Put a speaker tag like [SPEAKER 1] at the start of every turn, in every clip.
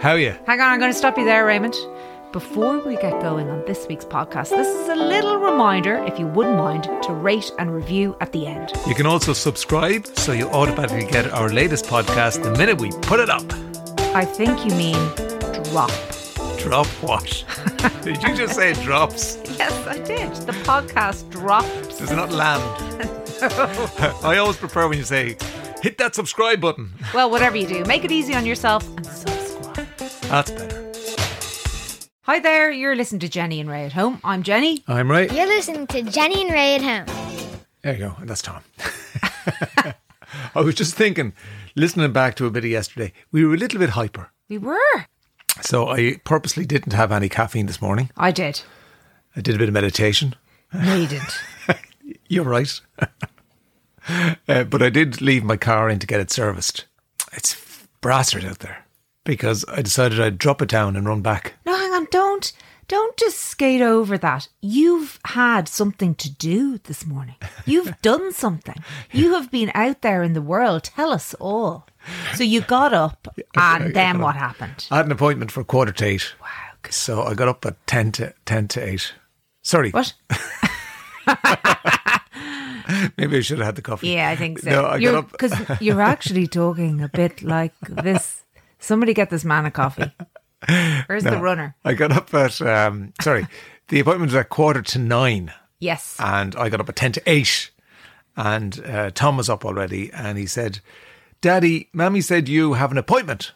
[SPEAKER 1] How are you?
[SPEAKER 2] Hang on, I'm going to stop you there, Raymond. Before we get going on this week's podcast, this is a little reminder, if you wouldn't mind, to rate and review at the end.
[SPEAKER 1] You can also subscribe so you'll automatically get our latest podcast the minute we put it up.
[SPEAKER 2] I think you mean drop.
[SPEAKER 1] Drop what? Did you just say drops?
[SPEAKER 2] Yes, I did. The podcast drops.
[SPEAKER 1] Does not land. I always prefer when you say, hit that subscribe button.
[SPEAKER 2] Well, whatever you do, make it easy on yourself and subscribe.
[SPEAKER 1] That's better.
[SPEAKER 2] Hi there, you're listening to Jenny and Ray at Home. I'm Jenny.
[SPEAKER 1] I'm right.
[SPEAKER 3] You're listening to Jenny and Ray at home.
[SPEAKER 1] There you go. And that's Tom. I was just thinking, listening back to a bit of yesterday, we were a little bit hyper.
[SPEAKER 2] We were.
[SPEAKER 1] So I purposely didn't have any caffeine this morning.
[SPEAKER 2] I did.
[SPEAKER 1] I did a bit of meditation.
[SPEAKER 2] No, you didn't.
[SPEAKER 1] You're right. uh, but I did leave my car in to get it serviced. It's brassard out there because I decided I'd drop it down and run back.
[SPEAKER 2] No, hang on. Don't don't just skate over that. You've had something to do this morning. You've done something. You have been out there in the world. Tell us all. So you got up, and then what happened?
[SPEAKER 1] I had an appointment for quarter to eight.
[SPEAKER 2] Wow. good.
[SPEAKER 1] So I got up at 10 to, 10 to 8. Sorry,
[SPEAKER 2] What?
[SPEAKER 1] maybe I should have had the coffee.
[SPEAKER 2] Yeah, I think so.
[SPEAKER 1] No, I
[SPEAKER 2] you're,
[SPEAKER 1] got up.
[SPEAKER 2] because you're actually talking a bit like this. Somebody get this man a coffee. Where's the
[SPEAKER 1] No.
[SPEAKER 2] runner?
[SPEAKER 1] I got up at, um, sorry, the appointment was at quarter to nine.
[SPEAKER 2] Yes.
[SPEAKER 1] and I got up at 10 to 8. And uh, Tom was up already and he said, Daddy, Mammy said you have an appointment.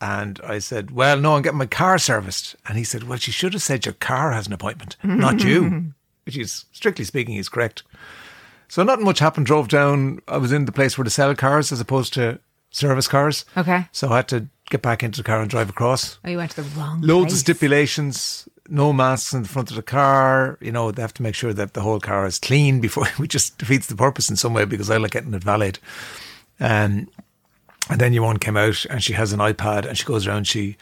[SPEAKER 1] And I said, Well, no, I'm getting my car serviced. And he said, Well, she should have said your car has an appointment, not you, which is strictly speaking, is correct. So not much happened. Drove down. I was in the place where to sell cars as opposed to service cars.
[SPEAKER 2] Okay.
[SPEAKER 1] So I had to get back into the car and drive across.
[SPEAKER 2] oh, you went to the wrong
[SPEAKER 1] Loads of
[SPEAKER 2] place.
[SPEAKER 1] stipulations. No masks in the front of the car. You know, they have to make sure that the whole car is clean before, which just defeats the purpose in some way because I like getting it valid. Um, and then your one came out and she has an iPad and she goes around, she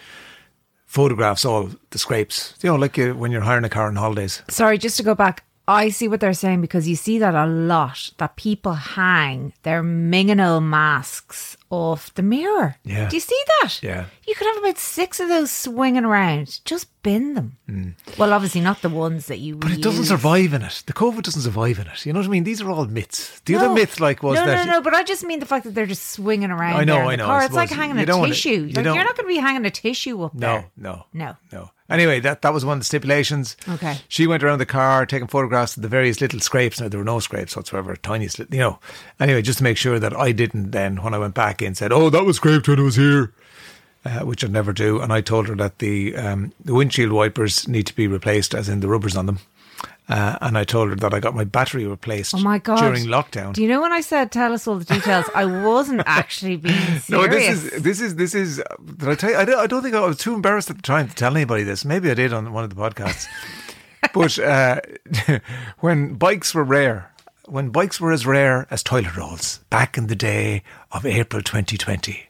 [SPEAKER 1] photographs all the scrapes. You know, like you, when you're hiring a car on holidays.
[SPEAKER 2] Sorry, just to go back. I see what they're saying because you see that a lot that people hang their minging masks off the mirror.
[SPEAKER 1] Yeah.
[SPEAKER 2] Do you see that?
[SPEAKER 1] Yeah.
[SPEAKER 2] You could have about six of those swinging around. Just bin them. Well, obviously not the ones that you.
[SPEAKER 1] Hmm. But it doesn't survive in it. The COVID doesn't survive in it. You know what I mean? These are all myths. The other myth, like, was
[SPEAKER 2] no,
[SPEAKER 1] that
[SPEAKER 2] no, no. But I just mean the fact that they're just swinging around.
[SPEAKER 1] I know,
[SPEAKER 2] there in
[SPEAKER 1] I
[SPEAKER 2] the
[SPEAKER 1] know, I
[SPEAKER 2] Car. it's like
[SPEAKER 1] suppose.
[SPEAKER 2] hanging
[SPEAKER 1] You
[SPEAKER 2] a
[SPEAKER 1] don't wanna-
[SPEAKER 2] tissue.
[SPEAKER 1] you
[SPEAKER 2] Like, you're
[SPEAKER 1] don't-
[SPEAKER 2] not going to be hanging a tissue up
[SPEAKER 1] No,
[SPEAKER 2] there.
[SPEAKER 1] no,
[SPEAKER 2] No.
[SPEAKER 1] no. Anyway, that that was one of the stipulations.
[SPEAKER 2] Okay.
[SPEAKER 1] She went around the car taking photographs of the various little scrapes. Now there were no scrapes whatsoever, tiniest, lit- you know. Anyway, just to make sure that I didn't then, when I went back in, said, "Oh, that was scraped when it was here," uh, which I'd never do. And I told her that the um, the windshield wipers need to be replaced, as in the rubbers on them. Uh, and I told her that I got my battery replaced.
[SPEAKER 2] Oh my god!
[SPEAKER 1] During lockdown.
[SPEAKER 2] Do you know when I said tell us all the details? I wasn't actually being serious.
[SPEAKER 1] No, this is this is this is. Did I tell you? I don't, I don't think I was too embarrassed at the time to tell anybody this. Maybe I did on one of the podcasts. but uh, when bikes were rare, when bikes were as rare as toilet rolls back in the day of April 2020,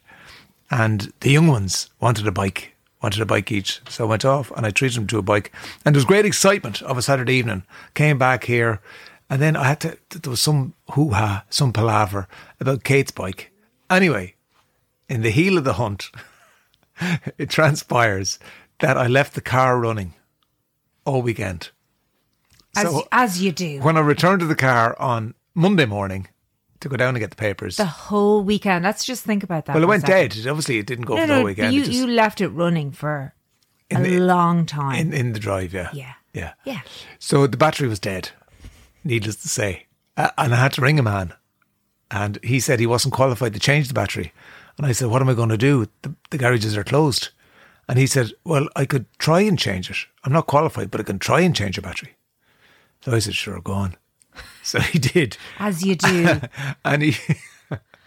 [SPEAKER 1] and the young ones wanted a bike, wanted a bike each. So I went off and I treated them to a bike, and there was great excitement of a Saturday evening. Came back here, and then I had to. There was some hoo ha, some palaver about Kate's bike. Anyway, in the heel of the hunt, it transpires that I left the car running all weekend.
[SPEAKER 2] as,
[SPEAKER 1] so-
[SPEAKER 2] as you do.
[SPEAKER 1] When I returned to the car on Monday morning to go down and get the papers,
[SPEAKER 2] the whole weekend. Let's just think about that.
[SPEAKER 1] well, it
[SPEAKER 2] for a
[SPEAKER 1] went
[SPEAKER 2] second.
[SPEAKER 1] dead. It Obviously, it didn't go
[SPEAKER 2] No,
[SPEAKER 1] for the
[SPEAKER 2] no,
[SPEAKER 1] whole
[SPEAKER 2] but
[SPEAKER 1] weekend. It
[SPEAKER 2] you,
[SPEAKER 1] just-
[SPEAKER 2] you left it running for a
[SPEAKER 1] In the-
[SPEAKER 2] long time.
[SPEAKER 1] in, in the drive, yeah.
[SPEAKER 2] Yeah.
[SPEAKER 1] Yeah.
[SPEAKER 2] yeah.
[SPEAKER 1] So the battery was dead, needless to say. Uh, and I had to ring a man. And he said he wasn't qualified to change the battery. And I said, What am I going to do? The, the garages are closed. And he said, Well, I could try and change it. I'm not qualified, but I can try and change a battery. So I said, Sure, go on. So he did.
[SPEAKER 2] As you do.
[SPEAKER 1] And he.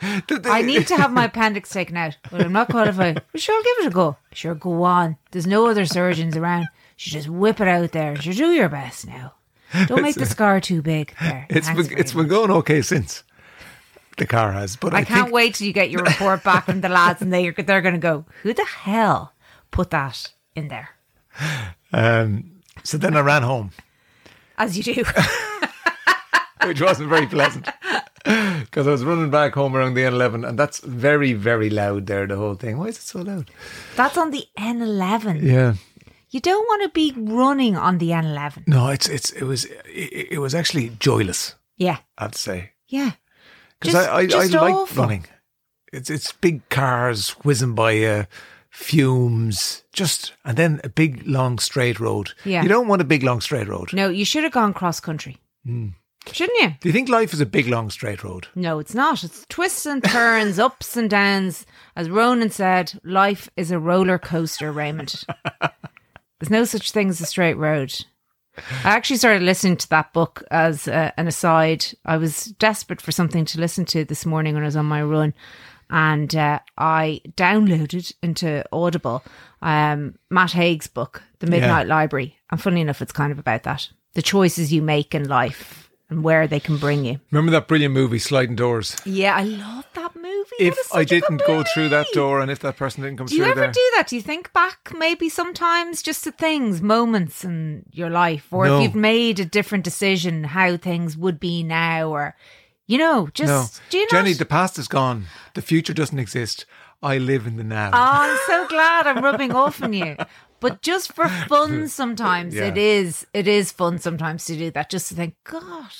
[SPEAKER 1] The- the-
[SPEAKER 2] I need to have my appendix taken out, but I'm not qualified. But sure, I'll give it a go. Sure, go on. There's no other surgeons around. You just whip it out there. You do your best now. Don't make the scar too big. There.
[SPEAKER 1] uh, It's
[SPEAKER 2] Thanks
[SPEAKER 1] been,
[SPEAKER 2] very
[SPEAKER 1] it's been
[SPEAKER 2] much.
[SPEAKER 1] going okay since the car has. But I,
[SPEAKER 2] I can't
[SPEAKER 1] think-
[SPEAKER 2] wait till you get your report back from the lads, and they they're going to go. Who the hell put that in there?
[SPEAKER 1] Um, so then I ran home,
[SPEAKER 2] As you do.
[SPEAKER 1] which wasn't very pleasant. Because I was running back home around the N11, and that's very, very loud there, the whole thing. Why is it so loud?
[SPEAKER 2] That's on the N11.
[SPEAKER 1] Yeah.
[SPEAKER 2] You don't want to be running on the N11.
[SPEAKER 1] No, it's it's it was it, it was actually joyless,
[SPEAKER 2] Yeah.
[SPEAKER 1] I'd say.
[SPEAKER 2] Yeah.
[SPEAKER 1] Because
[SPEAKER 2] Just-
[SPEAKER 1] I, I, I
[SPEAKER 2] just
[SPEAKER 1] like
[SPEAKER 2] awful.
[SPEAKER 1] running. It's it's big cars whizzing by you, fumes, just and then a big long straight road.
[SPEAKER 2] Yeah.
[SPEAKER 1] You don't want a big long straight road.
[SPEAKER 2] No, you should have gone cross country. Shouldn't you?
[SPEAKER 1] Do you think life is a big long straight road?
[SPEAKER 2] No, it's not. It's twists and turns, ups and downs. As Ronan said, life is a roller coaster, Raymond. There's no such thing as a straight road. I actually started listening to that book as uh, an aside. I was desperate for something to listen to this morning when I was on my run, and uh, I downloaded into Audible um, Matt Haig's book, The Midnight Library. And funny enough, it's kind of about that the choices you make in life and where they can bring you.
[SPEAKER 1] Remember that brilliant movie, Sliding Doors?
[SPEAKER 2] Yeah, I love that movie. That
[SPEAKER 1] If
[SPEAKER 2] is such
[SPEAKER 1] I
[SPEAKER 2] a good
[SPEAKER 1] didn't go
[SPEAKER 2] movie.
[SPEAKER 1] through that door and if that person didn't come
[SPEAKER 2] Do you
[SPEAKER 1] through
[SPEAKER 2] ever
[SPEAKER 1] there.
[SPEAKER 2] do that? Do you think back maybe sometimes just to things, moments in your life, or
[SPEAKER 1] No.
[SPEAKER 2] if you've made a different decision, how things would be now, or you know, just
[SPEAKER 1] no.
[SPEAKER 2] do you
[SPEAKER 1] Jenny,
[SPEAKER 2] not?
[SPEAKER 1] the past is gone. The future doesn't exist. I live in the now.
[SPEAKER 2] Oh, I'm so glad I'm rubbing off on you. But just for fun, sometimes
[SPEAKER 1] Yeah.
[SPEAKER 2] it is. It is fun sometimes to do that, just to think, God.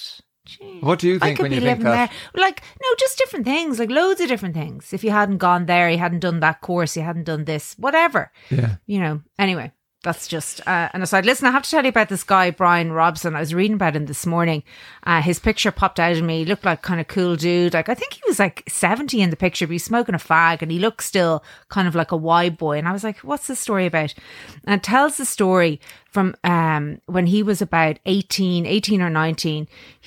[SPEAKER 2] gee,
[SPEAKER 1] What do you
[SPEAKER 2] I
[SPEAKER 1] think
[SPEAKER 2] could
[SPEAKER 1] when
[SPEAKER 2] be
[SPEAKER 1] you think
[SPEAKER 2] living
[SPEAKER 1] that?
[SPEAKER 2] there. Like, no, just different things, like loads of different things. If you hadn't gone there, you hadn't done that course, you hadn't done this, whatever.
[SPEAKER 1] Yeah.
[SPEAKER 2] You know, anyway, that's just uh, an aside. Listen, I have to tell you about this guy, Brian Robson. I was reading about him this morning. Uh, his picture popped out at me. He looked like kind of cool dude. Like, I think he was like 70 in the picture, but he's smoking a fag and he looks still kind of like a Y boy. And I was like, what's this story about? And it tells the story from um, when he was about 18, 18 or 19.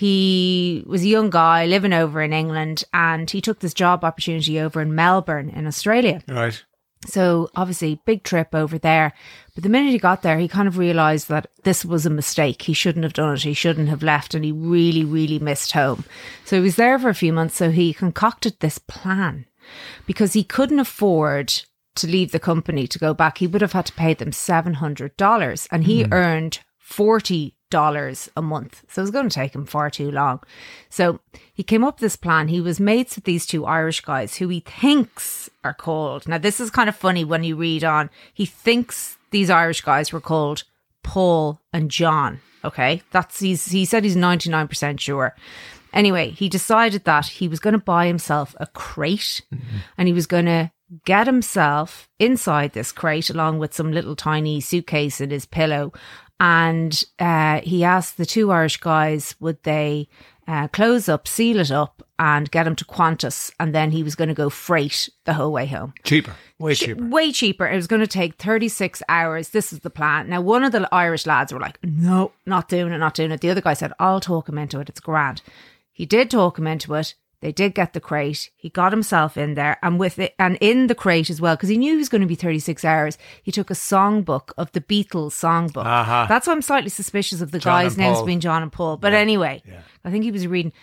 [SPEAKER 2] He was a young guy living over in England and he took this job opportunity over in Melbourne in Australia.
[SPEAKER 1] Right.
[SPEAKER 2] So obviously, big trip over there. But the minute he got there, he kind of realized that this was a mistake. He shouldn't have done it. He shouldn't have left. And he really, really missed home. So he was there for a few months. So he concocted this plan because he couldn't afford to leave the company to go back. He would have had to pay them $700 and he earned $40 a month. So it was going to take him far too long. So he came up with this plan. He was mates with these two Irish guys who he thinks are called. Now, this is kind of funny when you read on. He thinks these Irish guys were called Paul and John. Okay. That's he's he said he's 99% sure. Anyway, he decided that he was going to buy himself a crate and he was going to get himself inside this crate along with some little tiny suitcase and his pillow. And uh, he asked the two Irish guys, would they uh, close up, seal it up, and get him to Qantas? And then he was going to go freight the whole way home.
[SPEAKER 1] Cheaper. Way
[SPEAKER 2] Chi-
[SPEAKER 1] cheaper.
[SPEAKER 2] Way cheaper. It was going to take 36 hours. This is the plan. Now, one of the Irish lads were like, no, not doing it, not doing it. The other guy said, I'll talk him into it. It's grand. He did talk him into it. They did get the crate. He got himself in there and with it and in the crate as well, because he knew he was going to be 36 hours. He took a songbook of the Beatles songbook.
[SPEAKER 1] Aha.
[SPEAKER 2] That's why I'm slightly suspicious of the
[SPEAKER 1] John
[SPEAKER 2] guy's
[SPEAKER 1] and
[SPEAKER 2] names
[SPEAKER 1] Paul.
[SPEAKER 2] being John and Paul. But anyway, I think he was reading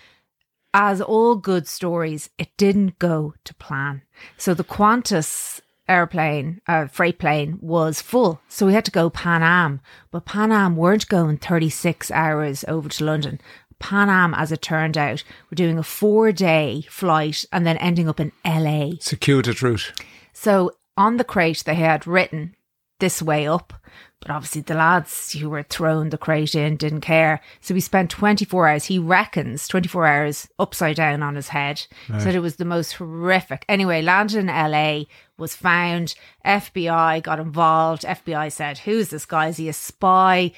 [SPEAKER 2] as all good stories, it didn't go to plan. So the Qantas airplane, uh, freight plane was full. So we had to go Pan Am, but Pan Am weren't going 36 hours over to London. Pan Am, as it turned out, were doing a four day flight and then ending up in LA.
[SPEAKER 1] Circuited route.
[SPEAKER 2] So on the crate, they had written this way up. But obviously, the lads who were throwing the crate in didn't care. So he spent 24 hours, he reckons, 24 hours upside down on his head. Said it was the most horrific. Anyway, landed in LA, was found. FBI got involved. FBI said, Who's this guy? Is he a spy?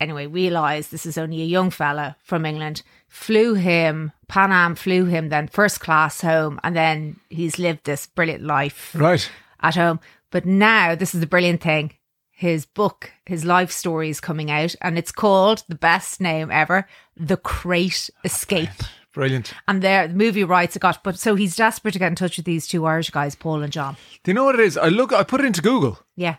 [SPEAKER 2] anyway, realised this is only a young fella from England, flew him, Pan Am flew him then first class home, and then he's lived this brilliant life
[SPEAKER 1] Right.
[SPEAKER 2] at home. But now, this is the brilliant thing. His book, his life story is coming out, and it's called the best name ever, The Crate Escape.
[SPEAKER 1] Brilliant.
[SPEAKER 2] And there, the movie rights it got, but so he's desperate to get in touch with these two Irish guys, Paul and John.
[SPEAKER 1] Do you know what it is? I look I put it into Google.
[SPEAKER 2] Yeah,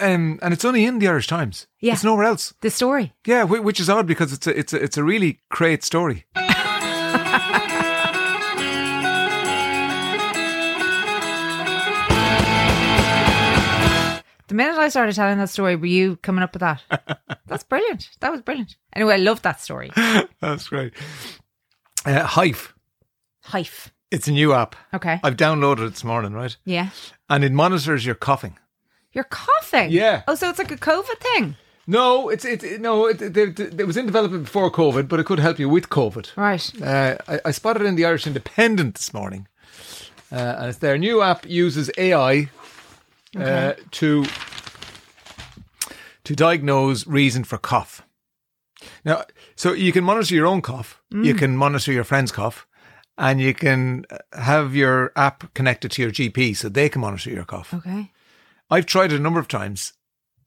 [SPEAKER 1] Um, and it's only in the Irish Times.
[SPEAKER 2] Yeah.
[SPEAKER 1] It's nowhere else.
[SPEAKER 2] the story.
[SPEAKER 1] Yeah, whi- which is odd because it's a, it's a, it's a really great story.
[SPEAKER 2] The minute I started telling that story, were you coming up with that? That's brilliant. That was brilliant. Anyway, I love that story.
[SPEAKER 1] That's great. Uh, Hive.
[SPEAKER 2] Hive.
[SPEAKER 1] It's a new app.
[SPEAKER 2] Okay.
[SPEAKER 1] I've downloaded it this morning, right?
[SPEAKER 2] yeah.
[SPEAKER 1] And it monitors your coughing.
[SPEAKER 2] You're coughing.
[SPEAKER 1] Yeah.
[SPEAKER 2] Oh, so it's like a COVID thing.
[SPEAKER 1] No, it's it, it- no. It, it, it, it was in development before COVID, but it could help you with COVID.
[SPEAKER 2] Right.
[SPEAKER 1] Uh, I, I spotted it in the Irish Independent this morning, uh, and it's their new app uses AI uh, to to diagnose reason for cough. Now, so you can monitor your own cough, you
[SPEAKER 2] Mm.
[SPEAKER 1] can monitor your friend's cough, and you can have your app connected to your GP so they can monitor your cough.
[SPEAKER 2] Okay.
[SPEAKER 1] I've tried it a number of times.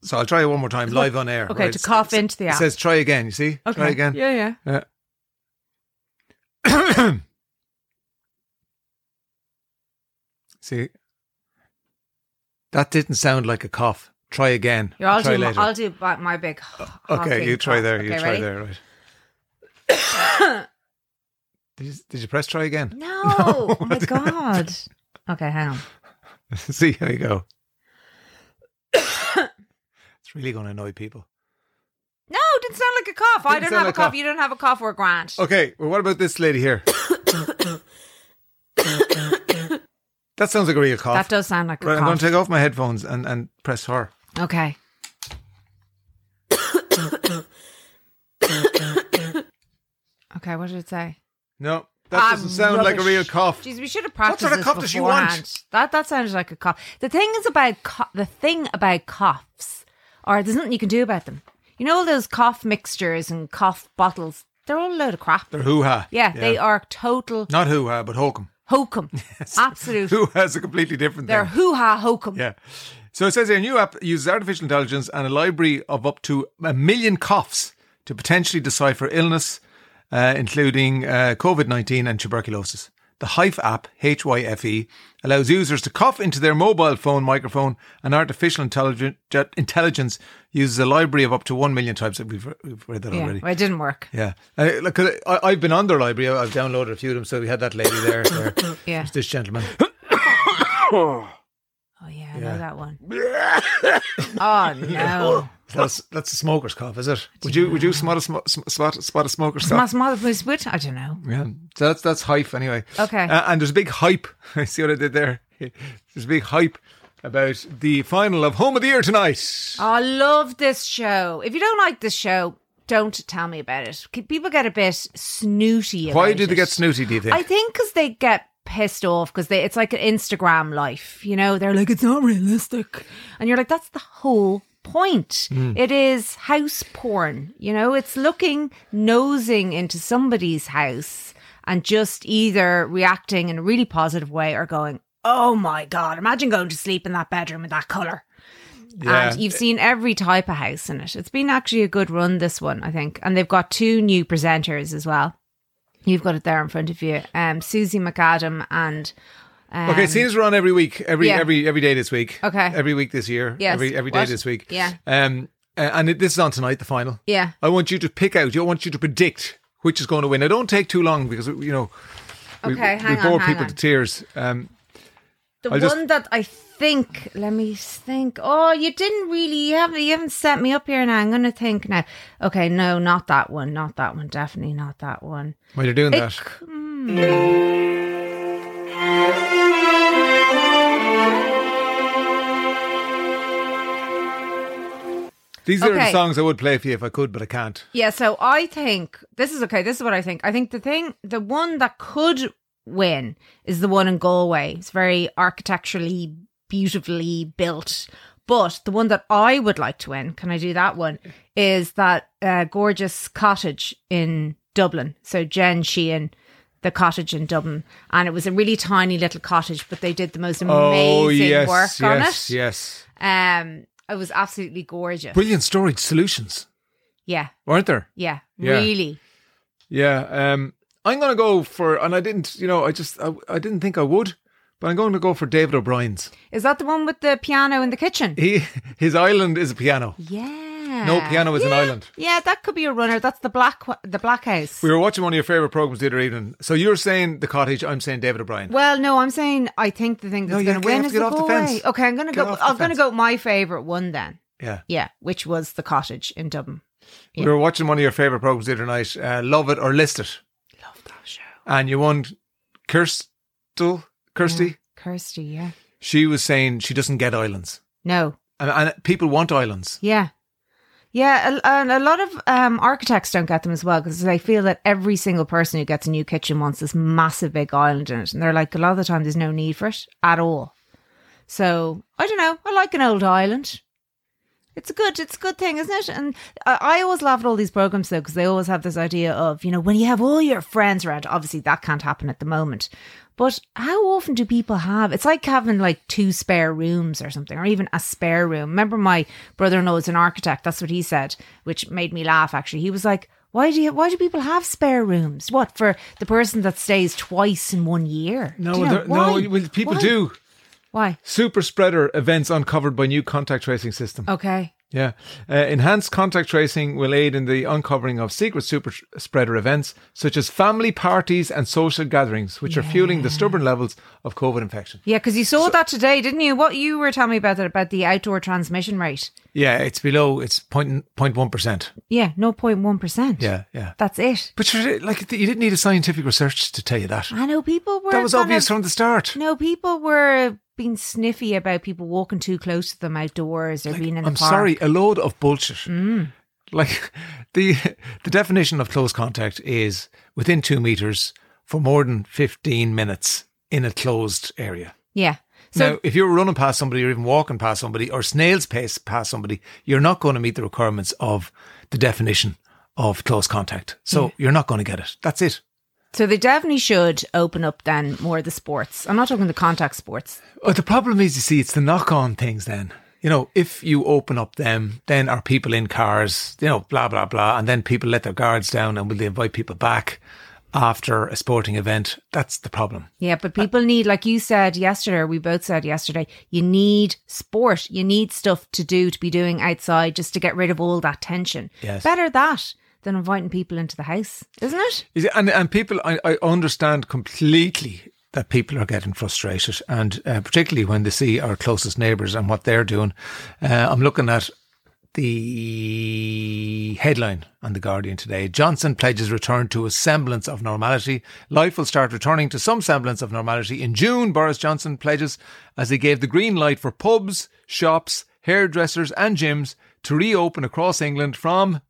[SPEAKER 1] So I'll try it one more time live on air.
[SPEAKER 2] Okay, to
[SPEAKER 1] It's-
[SPEAKER 2] cough
[SPEAKER 1] it's-
[SPEAKER 2] into the
[SPEAKER 1] It
[SPEAKER 2] app.
[SPEAKER 1] says try again, you see?
[SPEAKER 2] Okay.
[SPEAKER 1] Try again.
[SPEAKER 2] Yeah, yeah.
[SPEAKER 1] Yeah. see? That didn't sound like a cough. Try again.
[SPEAKER 2] Here, I'll
[SPEAKER 1] try
[SPEAKER 2] do.
[SPEAKER 1] later. Uh,
[SPEAKER 2] My, I'll do my, my big.
[SPEAKER 1] okay,
[SPEAKER 2] coughing
[SPEAKER 1] you try
[SPEAKER 2] cough.
[SPEAKER 1] there. you
[SPEAKER 2] Okay,
[SPEAKER 1] try
[SPEAKER 2] ready?
[SPEAKER 1] there, right. did, you, did you press try again?
[SPEAKER 2] No. Oh my god. Okay, hang on.
[SPEAKER 1] see how you go. it's really going to annoy people.
[SPEAKER 2] No, it didn't sound like a cough. I
[SPEAKER 1] Didn't
[SPEAKER 2] don't
[SPEAKER 1] sound like
[SPEAKER 2] have a
[SPEAKER 1] a cough.
[SPEAKER 2] cough. You don't have a cough. We're grand.
[SPEAKER 1] Okay, well, what about this lady here? that sounds like a real cough.
[SPEAKER 2] That does sound like a
[SPEAKER 1] right, I'm going
[SPEAKER 2] cough.
[SPEAKER 1] to take off my headphones and, and press her.
[SPEAKER 2] okay. okay, what did it say?
[SPEAKER 1] No, that
[SPEAKER 2] Ah,
[SPEAKER 1] doesn't sound like a
[SPEAKER 2] rubbish.
[SPEAKER 1] real cough.
[SPEAKER 2] Jeez, we should have
[SPEAKER 1] What
[SPEAKER 2] practiced
[SPEAKER 1] sort of
[SPEAKER 2] this
[SPEAKER 1] cough does she want?
[SPEAKER 2] beforehand. That that sounded like a cough. The thing is about co- the thing about coughs, or there's nothing you can do about them. You know all those cough mixtures and cough bottles. They're all a load of crap.
[SPEAKER 1] They're hoo ha.
[SPEAKER 2] yeah, they are total
[SPEAKER 1] Not hoo ha, but hokum.
[SPEAKER 2] hokum. Absolute.
[SPEAKER 1] Hoo ha's a completely different
[SPEAKER 2] They're
[SPEAKER 1] thing.
[SPEAKER 2] hoo ha hokum.
[SPEAKER 1] Yeah. So it says here, new app uses artificial intelligence and a library of up to a million coughs to potentially decipher illness, uh, including uh, COVID 19 and tuberculosis. The Hype app, H Y F E, allows users to cough into their mobile phone microphone, and artificial intelligen- ge- intelligence uses a library of up to 1 million types. We've, we've read that
[SPEAKER 2] Yeah,
[SPEAKER 1] already.
[SPEAKER 2] well, it didn't work.
[SPEAKER 1] Yeah, uh, look, 'cause I, I've been on their library. I- I've downloaded a few of them. So we had that lady there. there.
[SPEAKER 2] Yeah.
[SPEAKER 1] There's this gentleman.
[SPEAKER 2] Oh yeah, I know that one. oh no.
[SPEAKER 1] That's that's a smoker's cough, is it? Would you would you spot a sm- sm- spot, spot a smoker's cough?
[SPEAKER 2] Mas mother was with I don't know.
[SPEAKER 1] Yeah. So that's that's hype anyway.
[SPEAKER 2] Okay.
[SPEAKER 1] Uh, and there's a big hype. I see what I did there. There's a big hype about the final of Home of the Year tonight.
[SPEAKER 2] I love this show. If you don't like this show, don't tell me about it. C- People get a bit snooty. About
[SPEAKER 1] Why did they
[SPEAKER 2] it.
[SPEAKER 1] get snooty? Do you think?
[SPEAKER 2] I think because they get pissed off because it's like an Instagram life. You know, they're like, it's not realistic, and you're like, that's the whole point. It is house porn. You know, it's looking nosing into somebody's house and just either reacting in a really positive way or going, oh my god, imagine going to sleep in that bedroom in that color.
[SPEAKER 1] Yeah.
[SPEAKER 2] And you've seen every type of house in it. It's been actually a good run, this one, I think. And they've got two new presenters as well. You've got it there in front of you. Um, Susie McAdam and. Um,
[SPEAKER 1] Okay, seeing as we're on every week, every
[SPEAKER 2] Yeah.
[SPEAKER 1] every every day this week.
[SPEAKER 2] Okay.
[SPEAKER 1] Every week this year.
[SPEAKER 2] Yes.
[SPEAKER 1] Every every day
[SPEAKER 2] What?
[SPEAKER 1] this week.
[SPEAKER 2] Yeah.
[SPEAKER 1] Um, uh, and it, this is on tonight, the final.
[SPEAKER 2] Yeah.
[SPEAKER 1] I want you to pick out. I want you to predict which is going to win. Now, don't take too long because you know we,
[SPEAKER 2] Okay,
[SPEAKER 1] we
[SPEAKER 2] hang on,
[SPEAKER 1] bore
[SPEAKER 2] hang
[SPEAKER 1] people
[SPEAKER 2] on.
[SPEAKER 1] to tears. Um,
[SPEAKER 2] The
[SPEAKER 1] I
[SPEAKER 2] one
[SPEAKER 1] just-
[SPEAKER 2] that I think, let me think. Oh, you didn't really, you haven't, you haven't set me up here now. I'm going to think now. Okay, no, not that one. Not that one. Definitely not that one.
[SPEAKER 1] while you're doing
[SPEAKER 2] It
[SPEAKER 1] that,
[SPEAKER 2] c-
[SPEAKER 1] these are the
[SPEAKER 2] okay.
[SPEAKER 1] songs I would play for you if I could, but I can't.
[SPEAKER 2] Yeah, so I think this is okay. This is what I think. I think the thing, the one that could win is the one in Galway. It's very architecturally beautifully built. But the one that I would like to win, can I do that one? Is that uh, gorgeous cottage in Dublin. So Jen Sheehan, the cottage in Dublin. And it was a really tiny little cottage, but they did the most amazing
[SPEAKER 1] oh yes,
[SPEAKER 2] work
[SPEAKER 1] yes,
[SPEAKER 2] on it.
[SPEAKER 1] yes.
[SPEAKER 2] Um, it was absolutely gorgeous.
[SPEAKER 1] Brilliant storage solutions,
[SPEAKER 2] yeah,
[SPEAKER 1] weren't there?
[SPEAKER 2] yeah,
[SPEAKER 1] Yeah.
[SPEAKER 2] really.
[SPEAKER 1] Yeah. Um, I'm going to go for, and I didn't, you know, I just, I, I didn't think I would, but I'm going to go for David O'Brien's.
[SPEAKER 2] Is that the one with the piano in the kitchen?
[SPEAKER 1] He, his island is a piano.
[SPEAKER 2] Yeah.
[SPEAKER 1] No, piano is an
[SPEAKER 2] Yeah.
[SPEAKER 1] island.
[SPEAKER 2] Yeah, that could be a runner. That's the black wa- the black house.
[SPEAKER 1] We were watching one of your favorite programs the other evening. So you're saying the cottage. I'm saying David O'Brien.
[SPEAKER 2] well, no, I'm saying I think the thing
[SPEAKER 1] No,
[SPEAKER 2] that's
[SPEAKER 1] you
[SPEAKER 2] going
[SPEAKER 1] have
[SPEAKER 2] to
[SPEAKER 1] to
[SPEAKER 2] win
[SPEAKER 1] get
[SPEAKER 2] is the
[SPEAKER 1] off the
[SPEAKER 2] boy.
[SPEAKER 1] fence.
[SPEAKER 2] Okay, I'm going to
[SPEAKER 1] Get
[SPEAKER 2] go.
[SPEAKER 1] off the
[SPEAKER 2] I'm going to
[SPEAKER 1] fence.
[SPEAKER 2] go with my favorite one then.
[SPEAKER 1] yeah.
[SPEAKER 2] Yeah, which was the cottage in Dublin.
[SPEAKER 1] We were watching one of your favorite programs the other night. Uh, Love it or list it,
[SPEAKER 2] Love that show.
[SPEAKER 1] and you won Kirstel, Kirsty,
[SPEAKER 2] Kirsty, yeah.
[SPEAKER 1] she was saying she doesn't get islands.
[SPEAKER 2] No.
[SPEAKER 1] And, and people want islands.
[SPEAKER 2] Yeah. Yeah, a- and a lot of um, architects don't get them as well because they feel that every single person who gets a new kitchen wants this massive big island in it. And they're like, a lot of the time, there's no need for it at all. So I don't know. I like an old island. It's a good, it's a good thing, isn't it? And I, I always laugh at all these programs though, because they always have this idea of, you know, when you have all your friends around. Obviously, that can't happen at the moment. But how often do people have? It's like having like two spare rooms or something, or even a spare room. Remember, my brother-in-law is an architect. That's what he said, which made me laugh. Actually, he was like, "Why do you? Why do people have spare rooms? What for the person that stays twice in one year? Do you know,
[SPEAKER 1] there-
[SPEAKER 2] why?
[SPEAKER 1] no, well, people
[SPEAKER 2] Why?
[SPEAKER 1] do.
[SPEAKER 2] Why?
[SPEAKER 1] Super spreader events uncovered by new contact tracing system.
[SPEAKER 2] Okay,
[SPEAKER 1] Yeah. Uh, enhanced contact tracing will aid in the uncovering of secret super sh- spreader events, such as family parties and social gatherings, which are fueling the stubborn levels of COVID infection.
[SPEAKER 2] yeah, because you saw that today, didn't you? What you were telling me about that about the outdoor transmission rate?
[SPEAKER 1] Yeah, it's below, it's 0.1%.
[SPEAKER 2] Yeah, no point one percent.
[SPEAKER 1] Yeah, yeah.
[SPEAKER 2] that's it.
[SPEAKER 1] But you're, like, you didn't need a scientific research to tell you that.
[SPEAKER 2] I know people were.
[SPEAKER 1] That was
[SPEAKER 2] kind
[SPEAKER 1] obvious
[SPEAKER 2] of-
[SPEAKER 1] from the start.
[SPEAKER 2] No, people were being sniffy about people walking too close to them outdoors or being in the
[SPEAKER 1] I'm
[SPEAKER 2] park. Mm.
[SPEAKER 1] sorry, a load of bullshit. Like the the definition of close contact is within two meters for more than fifteen minutes in a closed area.
[SPEAKER 2] Yeah. So
[SPEAKER 1] now, if you're running past somebody or even walking past somebody or snail's pace past somebody, you're not going to meet the requirements of the definition of close contact. So
[SPEAKER 2] Mm.
[SPEAKER 1] you're not going to get it. That's it.
[SPEAKER 2] so they definitely should open up then more of the sports. I'm not talking the contact sports.
[SPEAKER 1] Well, the problem is, you see, it's the knock on things then. You know, if you open up them, then are people in cars, you know, blah, blah, blah. And then people let their guards down and will they invite people back after a sporting event? That's the problem.
[SPEAKER 2] Yeah, but people need, like you said yesterday, or we both said yesterday, you need sport. You need stuff to do, to be doing outside just to get rid of all that tension.
[SPEAKER 1] Yes.
[SPEAKER 2] Better that than inviting people into the house, isn't it?
[SPEAKER 1] You see, And, and people, I, I understand completely that people are getting frustrated. And uh, particularly when they see our closest neighbours and what they're doing. Uh, I'm looking at the headline on The Guardian today Johnson pledges return to a semblance of normality. Life will start returning to some semblance of normality in June, Boris Johnson pledges as he gave the green light for pubs, shops, hairdressers, and gyms to reopen across England from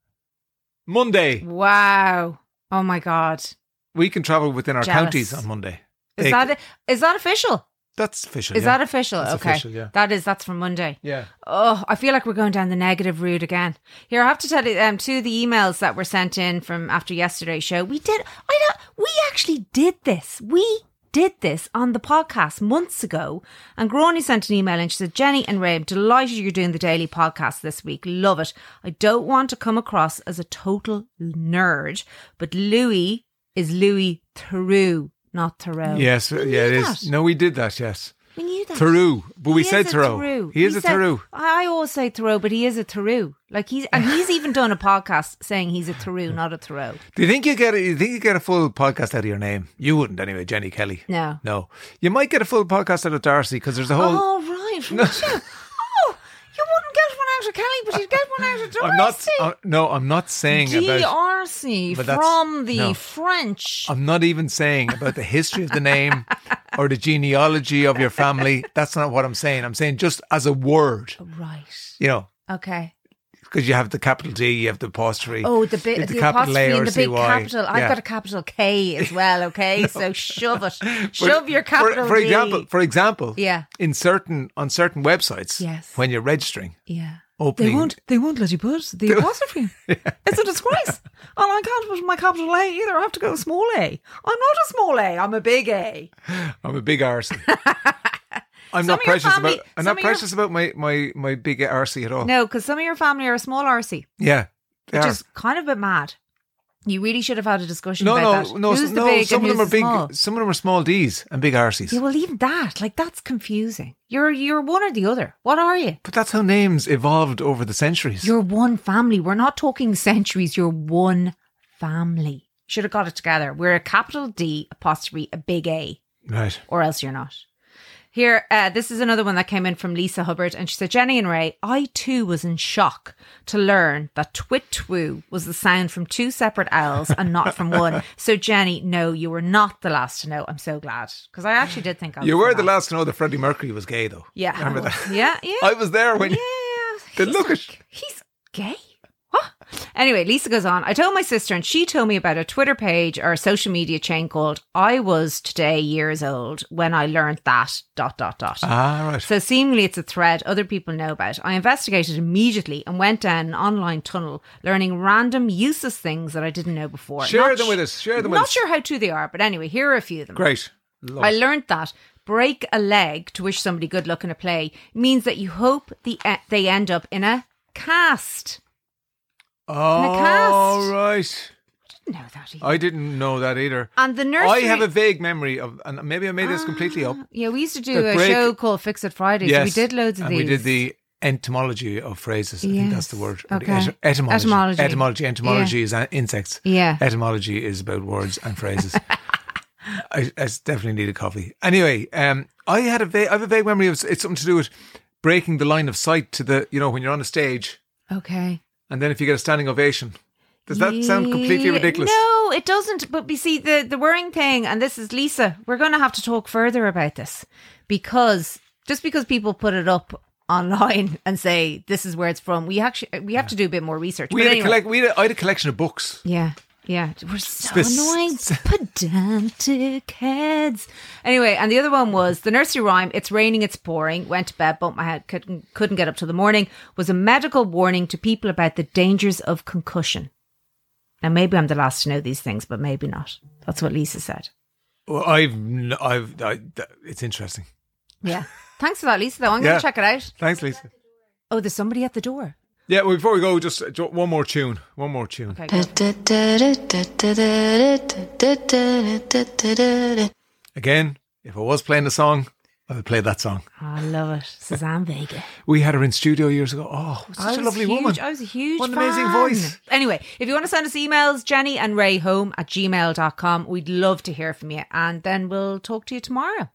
[SPEAKER 1] Monday.
[SPEAKER 2] Wow. Oh my God. Is
[SPEAKER 1] We can travel within our
[SPEAKER 2] Jealous.
[SPEAKER 1] counties on Monday. They-
[SPEAKER 2] that it? Is that official?
[SPEAKER 1] that's official?
[SPEAKER 2] Is
[SPEAKER 1] yeah.
[SPEAKER 2] that official?
[SPEAKER 1] That's
[SPEAKER 2] okay.
[SPEAKER 1] official, yeah.
[SPEAKER 2] That is, that's from Monday.
[SPEAKER 1] Yeah.
[SPEAKER 2] Oh, I feel like we're going down the negative route again. Here, I have to tell you, um, two of the emails that were sent in from after yesterday's show, we did, I don't, we actually did this. We did this on the podcast months ago. And Grawny sent an email and she said, Jenny and Ray, I'm delighted you're doing the daily podcast this week. Love it. I don't want to come across as a total nerd, but Louis is Louis Theroux, not Thoreau.
[SPEAKER 1] Yes. Yeah.
[SPEAKER 2] We knew
[SPEAKER 1] It
[SPEAKER 2] that.
[SPEAKER 1] is. No, we did that. Yes.
[SPEAKER 2] We knew that.
[SPEAKER 1] Thoreau, but we
[SPEAKER 2] He
[SPEAKER 1] said
[SPEAKER 2] is a
[SPEAKER 1] Thoreau. He is
[SPEAKER 2] We
[SPEAKER 1] a
[SPEAKER 2] said-
[SPEAKER 1] Thoreau.
[SPEAKER 2] I I always say Thoreau, but he is a Thoreau. Like he's and he's even done a podcast saying he's a Thoreau, not a Thoreau.
[SPEAKER 1] Do you think you get? A, you think you get a full podcast out of your name? You wouldn't anyway, Jenny Kelly.
[SPEAKER 2] No.
[SPEAKER 1] No. You might get a full podcast out of Darcy because there's a whole.
[SPEAKER 2] Oh, right. would you? Oh, you wouldn't get one out of Kelly, but you'd get one out of Oh, Darcy.
[SPEAKER 1] I'm not. uh, no, I'm not saying about.
[SPEAKER 2] DRC
[SPEAKER 1] But that's-
[SPEAKER 2] from the
[SPEAKER 1] no. Um,
[SPEAKER 2] French.
[SPEAKER 1] I'm not even saying about the history of the name or the genealogy of your family. That's not what I'm saying. I'm saying just as a word.
[SPEAKER 2] right.
[SPEAKER 1] You know,
[SPEAKER 2] Okay.
[SPEAKER 1] because you have the capital D, you have the apostrophe.
[SPEAKER 2] Oh, the bit,
[SPEAKER 1] It's
[SPEAKER 2] the,
[SPEAKER 1] a capital
[SPEAKER 2] apostrophe
[SPEAKER 1] A or
[SPEAKER 2] and the big
[SPEAKER 1] CY.
[SPEAKER 2] capital. I've
[SPEAKER 1] Yeah.
[SPEAKER 2] got a capital K as well. Okay, so shove it,
[SPEAKER 1] For-
[SPEAKER 2] shove your
[SPEAKER 1] for-
[SPEAKER 2] capital.
[SPEAKER 1] For,
[SPEAKER 2] D.
[SPEAKER 1] example, for example,
[SPEAKER 2] Yeah.
[SPEAKER 1] in certain on certain websites,
[SPEAKER 2] Yes.
[SPEAKER 1] when you're registering,
[SPEAKER 2] yeah.
[SPEAKER 1] opening,
[SPEAKER 2] They won't. They won't let you put the apostrophe. It's a disgrace. and I can't put my capital A either. I have to go small A. I'm not a small A. I'm a big A.
[SPEAKER 1] I'm a big arsey. I'm
[SPEAKER 2] Some
[SPEAKER 1] not
[SPEAKER 2] of your
[SPEAKER 1] precious
[SPEAKER 2] family-
[SPEAKER 1] about. I'm
[SPEAKER 2] some
[SPEAKER 1] not
[SPEAKER 2] of your-
[SPEAKER 1] precious about my my my big arsey at all.
[SPEAKER 2] No, because some of your family are a small RC,
[SPEAKER 1] Yeah, Oh. they
[SPEAKER 2] which
[SPEAKER 1] are.
[SPEAKER 2] is kind of a bit mad. You really should have had a discussion
[SPEAKER 1] no,
[SPEAKER 2] about
[SPEAKER 1] no,
[SPEAKER 2] that.
[SPEAKER 1] no,
[SPEAKER 2] Who's the
[SPEAKER 1] no.
[SPEAKER 2] big
[SPEAKER 1] some
[SPEAKER 2] and
[SPEAKER 1] of them
[SPEAKER 2] who's
[SPEAKER 1] are
[SPEAKER 2] the
[SPEAKER 1] big.
[SPEAKER 2] small?
[SPEAKER 1] Some of them are small D's and big arseys.
[SPEAKER 2] Yeah, well, even that, like, that's confusing. You're you're one or the other. What are you?
[SPEAKER 1] but that's how names evolved over the centuries.
[SPEAKER 2] You're one family. We're not talking centuries. You're one family. Should have got it together. We're a capital D apostrophe a big A.
[SPEAKER 1] right.
[SPEAKER 2] or else you're not. Here, uh, this is another one that came in from Lisa Hubbard, and she said, Jenny and Ray, I too was in shock to learn that twit twoo was the sound from two separate owls and not from one. So, Jenny, no, you were not the last to know. I'm so glad because I actually did think I was
[SPEAKER 1] You were
[SPEAKER 2] that.
[SPEAKER 1] the last to know that Freddie Mercury was gay, though.
[SPEAKER 2] Yeah,
[SPEAKER 1] Remember
[SPEAKER 2] I was.
[SPEAKER 1] that?
[SPEAKER 2] Yeah, yeah.
[SPEAKER 1] I was there when.
[SPEAKER 2] Yeah.
[SPEAKER 1] Then
[SPEAKER 2] He's
[SPEAKER 1] look
[SPEAKER 2] like,
[SPEAKER 1] at-
[SPEAKER 2] He's gay. What? Anyway, Lisa goes on. I told my sister, and she told me about a Twitter page or a social media chain called I Was Today Years Old when I learned that. Dot, dot, dot.
[SPEAKER 1] Ah, right.
[SPEAKER 2] So seemingly it's a thread other people know about. I investigated immediately and went down an online tunnel, learning random useless things that I didn't know before.
[SPEAKER 1] Share
[SPEAKER 2] Not
[SPEAKER 1] them
[SPEAKER 2] sh-
[SPEAKER 1] with us. Share them with
[SPEAKER 2] Not
[SPEAKER 1] us.
[SPEAKER 2] sure how true they are, but anyway, here are a few of them.
[SPEAKER 1] Great. Love
[SPEAKER 2] I
[SPEAKER 1] it.
[SPEAKER 2] learned that break a leg to wish somebody good luck in a play means that you hope the e, they end up in a cast.
[SPEAKER 1] All
[SPEAKER 2] cast.
[SPEAKER 1] right.
[SPEAKER 2] Didn't know that either.
[SPEAKER 1] I didn't know that either.
[SPEAKER 2] and the Uh, nursery.
[SPEAKER 1] Uh, I have a vague memory of, and maybe I made this completely up.
[SPEAKER 2] Yeah, we used to do
[SPEAKER 1] The
[SPEAKER 2] a
[SPEAKER 1] break-
[SPEAKER 2] show called Fix It Fridays. so we did loads of
[SPEAKER 1] and
[SPEAKER 2] these.
[SPEAKER 1] We did the etymology of phrases. I think that's the
[SPEAKER 2] Yes.
[SPEAKER 1] word. or the
[SPEAKER 2] Okay.
[SPEAKER 1] et- etymology.
[SPEAKER 2] Etymology.
[SPEAKER 1] Etymology. Etymology is uh, insects.
[SPEAKER 2] Yeah.
[SPEAKER 1] Etymology is about words and phrases. I, I s- definitely need a coffee. Anyway, um, I had a vague, I have a vague memory of s- it's something to do with breaking the line of sight to the you know when you're on a stage
[SPEAKER 2] Okay.
[SPEAKER 1] and then if you get a standing ovation. Does that sound completely
[SPEAKER 2] Yeah,
[SPEAKER 1] ridiculous?
[SPEAKER 2] No, it doesn't. But we see the the worrying thing, and this is Lisa. We're going to have to talk further about this because just because people put it up online and say this is where it's from, we actually we have to do a bit more research.
[SPEAKER 1] We
[SPEAKER 2] But
[SPEAKER 1] had a
[SPEAKER 2] anyway.
[SPEAKER 1] collect, we had a, I had a collection of books.
[SPEAKER 2] Yeah. Yeah. We're so
[SPEAKER 1] Spec-
[SPEAKER 2] annoying. Pedantic heads. Anyway, and the other one was the nursery rhyme, it's raining, it's pouring, went to bed, bumped my head, couldn't couldn't get up till the morning, was a medical warning to people about the dangers of concussion. Now maybe I'm the last to know these things, but maybe not. That's what Lisa said.
[SPEAKER 1] Well, I've, n- I've, I, th- it's interesting.
[SPEAKER 2] Yeah. Thanks for that, Lisa though. I'm
[SPEAKER 1] Yeah.
[SPEAKER 2] gonna check it out.
[SPEAKER 1] Thanks, Lisa.
[SPEAKER 2] Oh, there's somebody at the door.
[SPEAKER 1] Yeah, well, before we go, just uh, ju- one more tune. One more tune.
[SPEAKER 2] Okay.
[SPEAKER 4] da
[SPEAKER 2] good.
[SPEAKER 4] da da da da da da da da da da da
[SPEAKER 1] Again, if I was playing a song, I would play that song.
[SPEAKER 2] Oh, I love it. Suzanne Vega.
[SPEAKER 1] We had her in studio years ago. Oh,
[SPEAKER 2] I
[SPEAKER 1] such a
[SPEAKER 2] was
[SPEAKER 1] lovely
[SPEAKER 2] huge,
[SPEAKER 1] woman.
[SPEAKER 2] I was a huge
[SPEAKER 1] What an amazing
[SPEAKER 2] fan.
[SPEAKER 1] voice.
[SPEAKER 2] Anyway, if you want to send us emails, Jenny and Ray home at gmail.com. We'd love to hear from you. And then we'll talk to you tomorrow.